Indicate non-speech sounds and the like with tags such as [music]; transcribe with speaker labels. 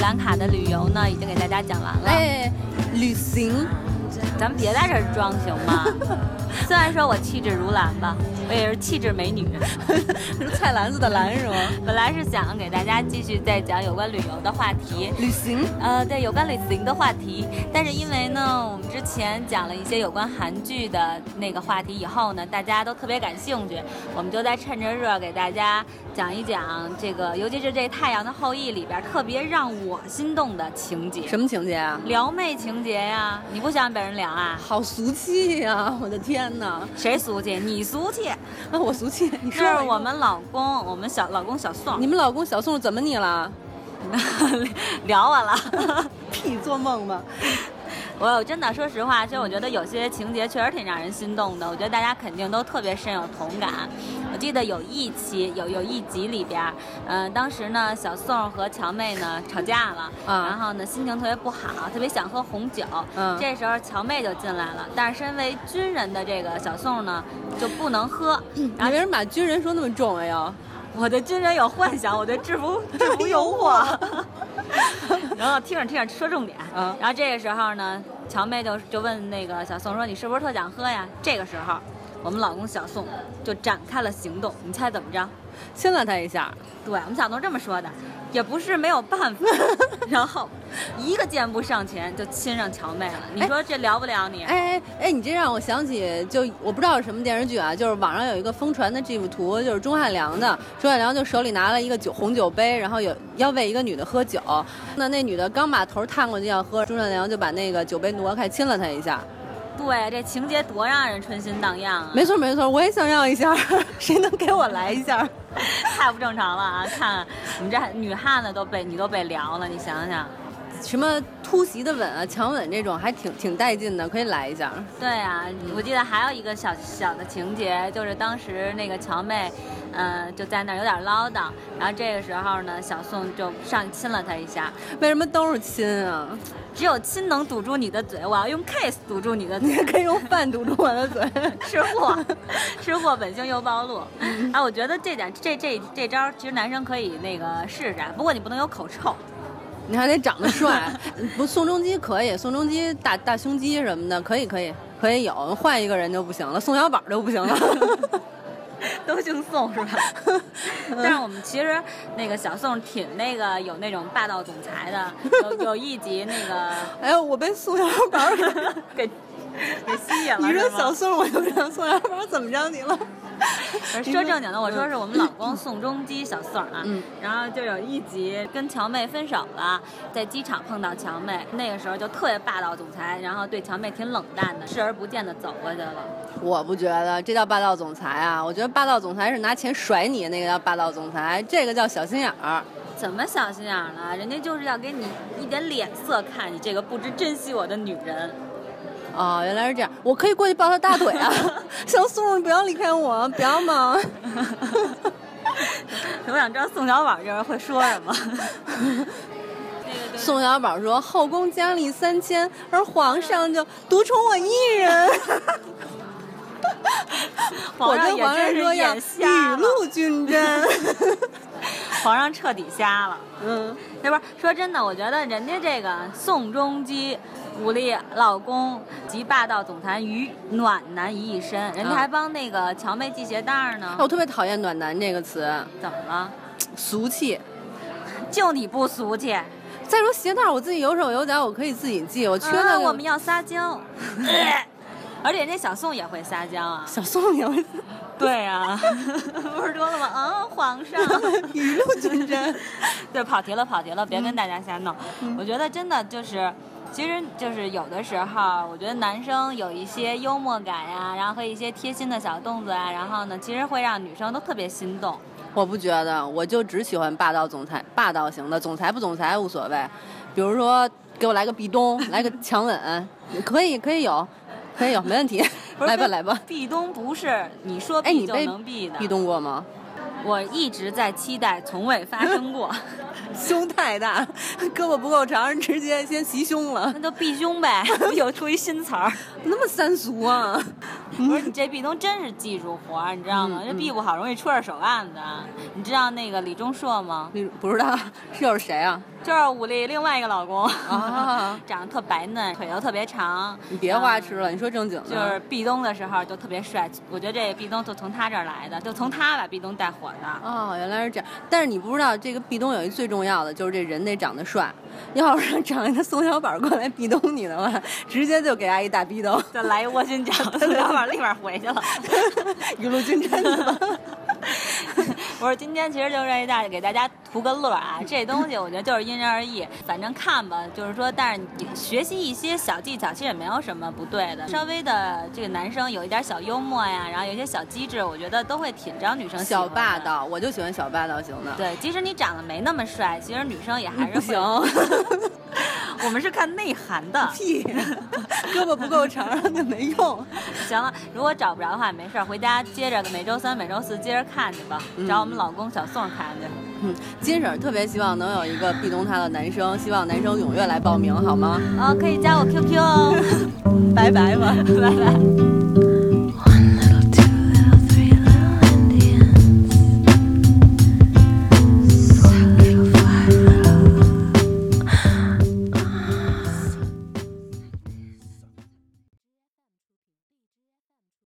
Speaker 1: 兰卡的旅游呢，已经给大家讲完了。
Speaker 2: 哎，旅行，
Speaker 1: 咱们别在这儿装行吗？虽然说我气质如兰吧，我也是气质美女。
Speaker 2: 是 [laughs] 菜篮子的篮是吗？
Speaker 1: 本来是想给大家继续再讲有关旅游的话题，
Speaker 2: 旅行，
Speaker 1: 呃，对，有关旅行的话题。但是因为呢，我们之前讲了一些有关韩剧的那个话题以后呢，大家都特别感兴趣，我们就在趁着热给大家讲一讲这个，尤其是这《太阳的后裔》里边特别让我心动的情节，
Speaker 2: 什么情节啊？
Speaker 1: 撩妹情节呀、你不想被人撩啊？
Speaker 2: 好俗气呀、我的天哪！
Speaker 1: 谁俗气？你俗气，
Speaker 2: 啊，我俗气，你说
Speaker 1: 这
Speaker 2: 吧
Speaker 1: 是我。们老公，我们小老公小宋，
Speaker 2: 你们老公小宋怎么你了？
Speaker 1: [laughs] 聊我了。
Speaker 2: 屁，做梦啊吧！
Speaker 1: 我真的说实话，其实我觉得有些情节确实挺让人心动的，我觉得大家肯定都特别深有同感。我记得有一期有有一集里边儿，嗯、当时呢小宋和乔妹呢吵架了，
Speaker 2: 啊
Speaker 1: 然后呢心情特别不好，特别想喝红酒，
Speaker 2: 嗯
Speaker 1: 这时候乔妹就进来了，但是身为军人的这个小宋呢就不能喝，
Speaker 2: 嗯你为什么把军人说那么重啊？又，
Speaker 1: 我对军人有幻想，我对制
Speaker 2: [laughs]
Speaker 1: 服制服诱惑。 [laughs] 然后听着听着说重点，
Speaker 2: 啊
Speaker 1: 然后这个时候呢，乔妹就就问那个小宋说：“你是不是特想喝呀？”这个时候，我们老公小宋就展开了行动，你猜怎么着？
Speaker 2: 亲了他一下，
Speaker 1: 对我们小东这么说的，也不是没有办
Speaker 2: [laughs]
Speaker 1: 法，然后一个箭步上前就亲上乔妹了。你说这聊不聊你？
Speaker 2: 哎哎哎，你这让我想起，就我不知道是什么电视剧啊，就是网上有一个疯传的这幅图，就是钟汉良的，钟汉良就手里拿了一个酒红酒杯，然后有要喂一个女的喝酒，那那女的刚把头探过去要喝，钟汉良就把那个酒杯挪开，亲了她一下。
Speaker 1: 对，这情节多让人春心荡漾啊！
Speaker 2: 没错没错，我也想要一下， [laughs] 谁能给我来一下？
Speaker 1: [laughs] 太不正常了啊！看我们这女汉子都被你都被聊了，你想想。
Speaker 2: 什么突袭的吻啊、强吻这种还挺挺带劲的，可以来一下。
Speaker 1: 对啊，我记得还有一个小小的情节，就是当时那个乔妹，呃，就在那儿有点唠叨，然后这个时候呢，小宋就上亲了她一下。
Speaker 2: 为什么都是亲 [laughs] 啊？
Speaker 1: 只有亲能堵住你的嘴，我要用 kiss 堵住你的
Speaker 2: 你
Speaker 1: 嘴
Speaker 2: 也。可以用哎饭堵住我的嘴。
Speaker 1: 吃货，吃货本性又暴露。啊，我觉得这点这这这招，其实男生可以那个试试，不过你不能有口臭。
Speaker 2: [laughs] 你还得长得帅，不宋仲基可以，宋仲基大大胸肌什么的可以可以可以有，换一个人就不行了，宋小宝就不行了。
Speaker 1: 都姓宋是吧？但是我们其实那个小宋挺那个有那种霸道总裁的，
Speaker 2: [laughs]
Speaker 1: 有有一集那个
Speaker 2: [laughs] 哎呦，我被宋小宝 [laughs] 给，
Speaker 1: 给给吸引了。
Speaker 2: 你说
Speaker 1: 是吗
Speaker 2: 小宋我就让宋小宝怎么着你了？
Speaker 1: 不是说正经的，我说是我们老公宋仲基小宋啊，
Speaker 2: 嗯
Speaker 1: 然后就有一集跟乔妹分手了，在机场碰到乔妹，那个时候就特别霸道总裁，然后对乔妹挺冷淡的，视而不见的走过去了。
Speaker 2: 我不觉得这叫霸道总裁啊，我觉得霸道总裁是拿钱甩你，那个叫霸道总裁，这个叫小心眼儿。
Speaker 1: 怎么小心眼儿了？人家就是要给你一点脸色看，你这个不知珍惜我的女人。
Speaker 2: 哦，原来是这样，我可以过去抱他大腿
Speaker 1: [laughs]
Speaker 2: 啊！小宋，你不要离开我，不要嘛！
Speaker 1: [laughs] 我想知道宋小宝这人会说什
Speaker 2: [laughs]
Speaker 1: 么。那个
Speaker 2: 宋小宝说：“后宫佳丽三千，而皇上就独宠我一人。我
Speaker 1: 皇上
Speaker 2: 跟
Speaker 1: 也
Speaker 2: 皇上
Speaker 1: 真
Speaker 2: 说
Speaker 1: 是
Speaker 2: 要
Speaker 1: 眼瞎
Speaker 2: 雨
Speaker 1: 了，
Speaker 2: 露均沾。 [laughs]
Speaker 1: 皇上彻底瞎了。”
Speaker 2: 嗯，
Speaker 1: 那不是说真的，我觉得人家这个宋仲基武力老公集霸道总裁与暖男于一身，
Speaker 2: 嗯
Speaker 1: 人家还帮那个乔妹系鞋带儿呢。
Speaker 2: 我特别讨厌“暖男”这个词，
Speaker 1: 怎么了？
Speaker 2: 俗气。
Speaker 1: 就你不俗气？
Speaker 2: 再说鞋带儿，我自己有手有脚，我可以自己系，我缺
Speaker 1: 啊
Speaker 2: 那个。
Speaker 1: 我们要撒
Speaker 2: [laughs]
Speaker 1: 娇。而且人家小宋也会撒娇啊。
Speaker 2: 小宋也会 [laughs]
Speaker 1: 对啊， [laughs] 不是说了吗？嗯，皇上。
Speaker 2: 雨露均沾。
Speaker 1: 对，跑题了，跑题了，别
Speaker 2: 嗯
Speaker 1: 跟大家瞎弄。我觉得真的就是，其实就是有的时候，我觉得男生有一些幽默感呀、然后和一些贴心的小动作啊，然后呢，其实会让女生都特别心动。
Speaker 2: 我不觉得，我就只喜欢霸道总裁、霸道型的，总裁不总裁无所谓。比如说，给我来个壁咚，来个强吻，可以，可以有，可以有，没问题。来吧，来吧。
Speaker 1: 壁咚不是你说
Speaker 2: 哎，
Speaker 1: 避
Speaker 2: 你
Speaker 1: 就
Speaker 2: 被
Speaker 1: 能避的。
Speaker 2: 壁，咚过吗？
Speaker 1: 我一直在期待，从未发生
Speaker 2: [laughs]
Speaker 1: 过。
Speaker 2: 胸太大，胳膊不够长，直接先袭胸了
Speaker 1: [laughs] 那，就避胸呗，又出一新词儿。
Speaker 2: 那么三俗啊！
Speaker 1: 我说你这壁咚真是技术活儿，你知道吗？
Speaker 2: 嗯
Speaker 1: 这
Speaker 2: 嗯
Speaker 1: 壁不好容易出点手腕子。啊你知道那个李钟硕吗？
Speaker 2: 你不知道是有谁啊？
Speaker 1: 就是武力另外一个老公，
Speaker 2: 啊
Speaker 1: [laughs] 长得特白嫩，腿又特别长。
Speaker 2: 你别花
Speaker 1: 嗯
Speaker 2: 痴了，你说正经的。
Speaker 1: 就是壁咚的时候就特别帅，我觉得这壁咚就从他这儿来的，就从他把壁咚带火的。
Speaker 2: 哦，原来是这样。但是你不知道，这个壁咚有一最重要的，就是这人得长得帅，要不然长一个宋小宝过来壁咚你的话，直接就给他一大壁咚，
Speaker 1: 就来一窝心脚，宋小宝立马回去了。
Speaker 2: 雨露均沾的吧。
Speaker 1: [laughs] 我说今天其实就是让大家给大家图个乐儿
Speaker 2: [laughs]
Speaker 1: 啊，这东西我觉得就是因人而异，反正看吧，就是说，但是你学习一些小技巧，其实也没有什么不对的。稍微的这个男生有一点小幽默呀，然后有一些小机智，我觉得都会挺招女生喜欢
Speaker 2: [laughs] 小
Speaker 1: 的
Speaker 2: 霸。道，我就喜欢小霸道型的。
Speaker 1: 对，即使你长得没那么帅，其实女生也还是
Speaker 2: 啊 [laughs] 不行，
Speaker 1: 会。我们是看内涵
Speaker 2: [laughs]
Speaker 1: 的。
Speaker 2: 屁，胳膊不够长，那没用。
Speaker 1: 行了，如果找不着的话，没事儿，回家接着每周三、每周四接着看去吧，
Speaker 2: 嗯
Speaker 1: 找我们老公小宋看去。
Speaker 2: 嗯，金婶儿特别希望能有一个壁咚她的男生，希望男生踊跃来报名，好吗？ [laughs]
Speaker 1: 啊，可以加我 QQ 哦，
Speaker 2: 拜拜吧。
Speaker 1: [laughs] 拜拜。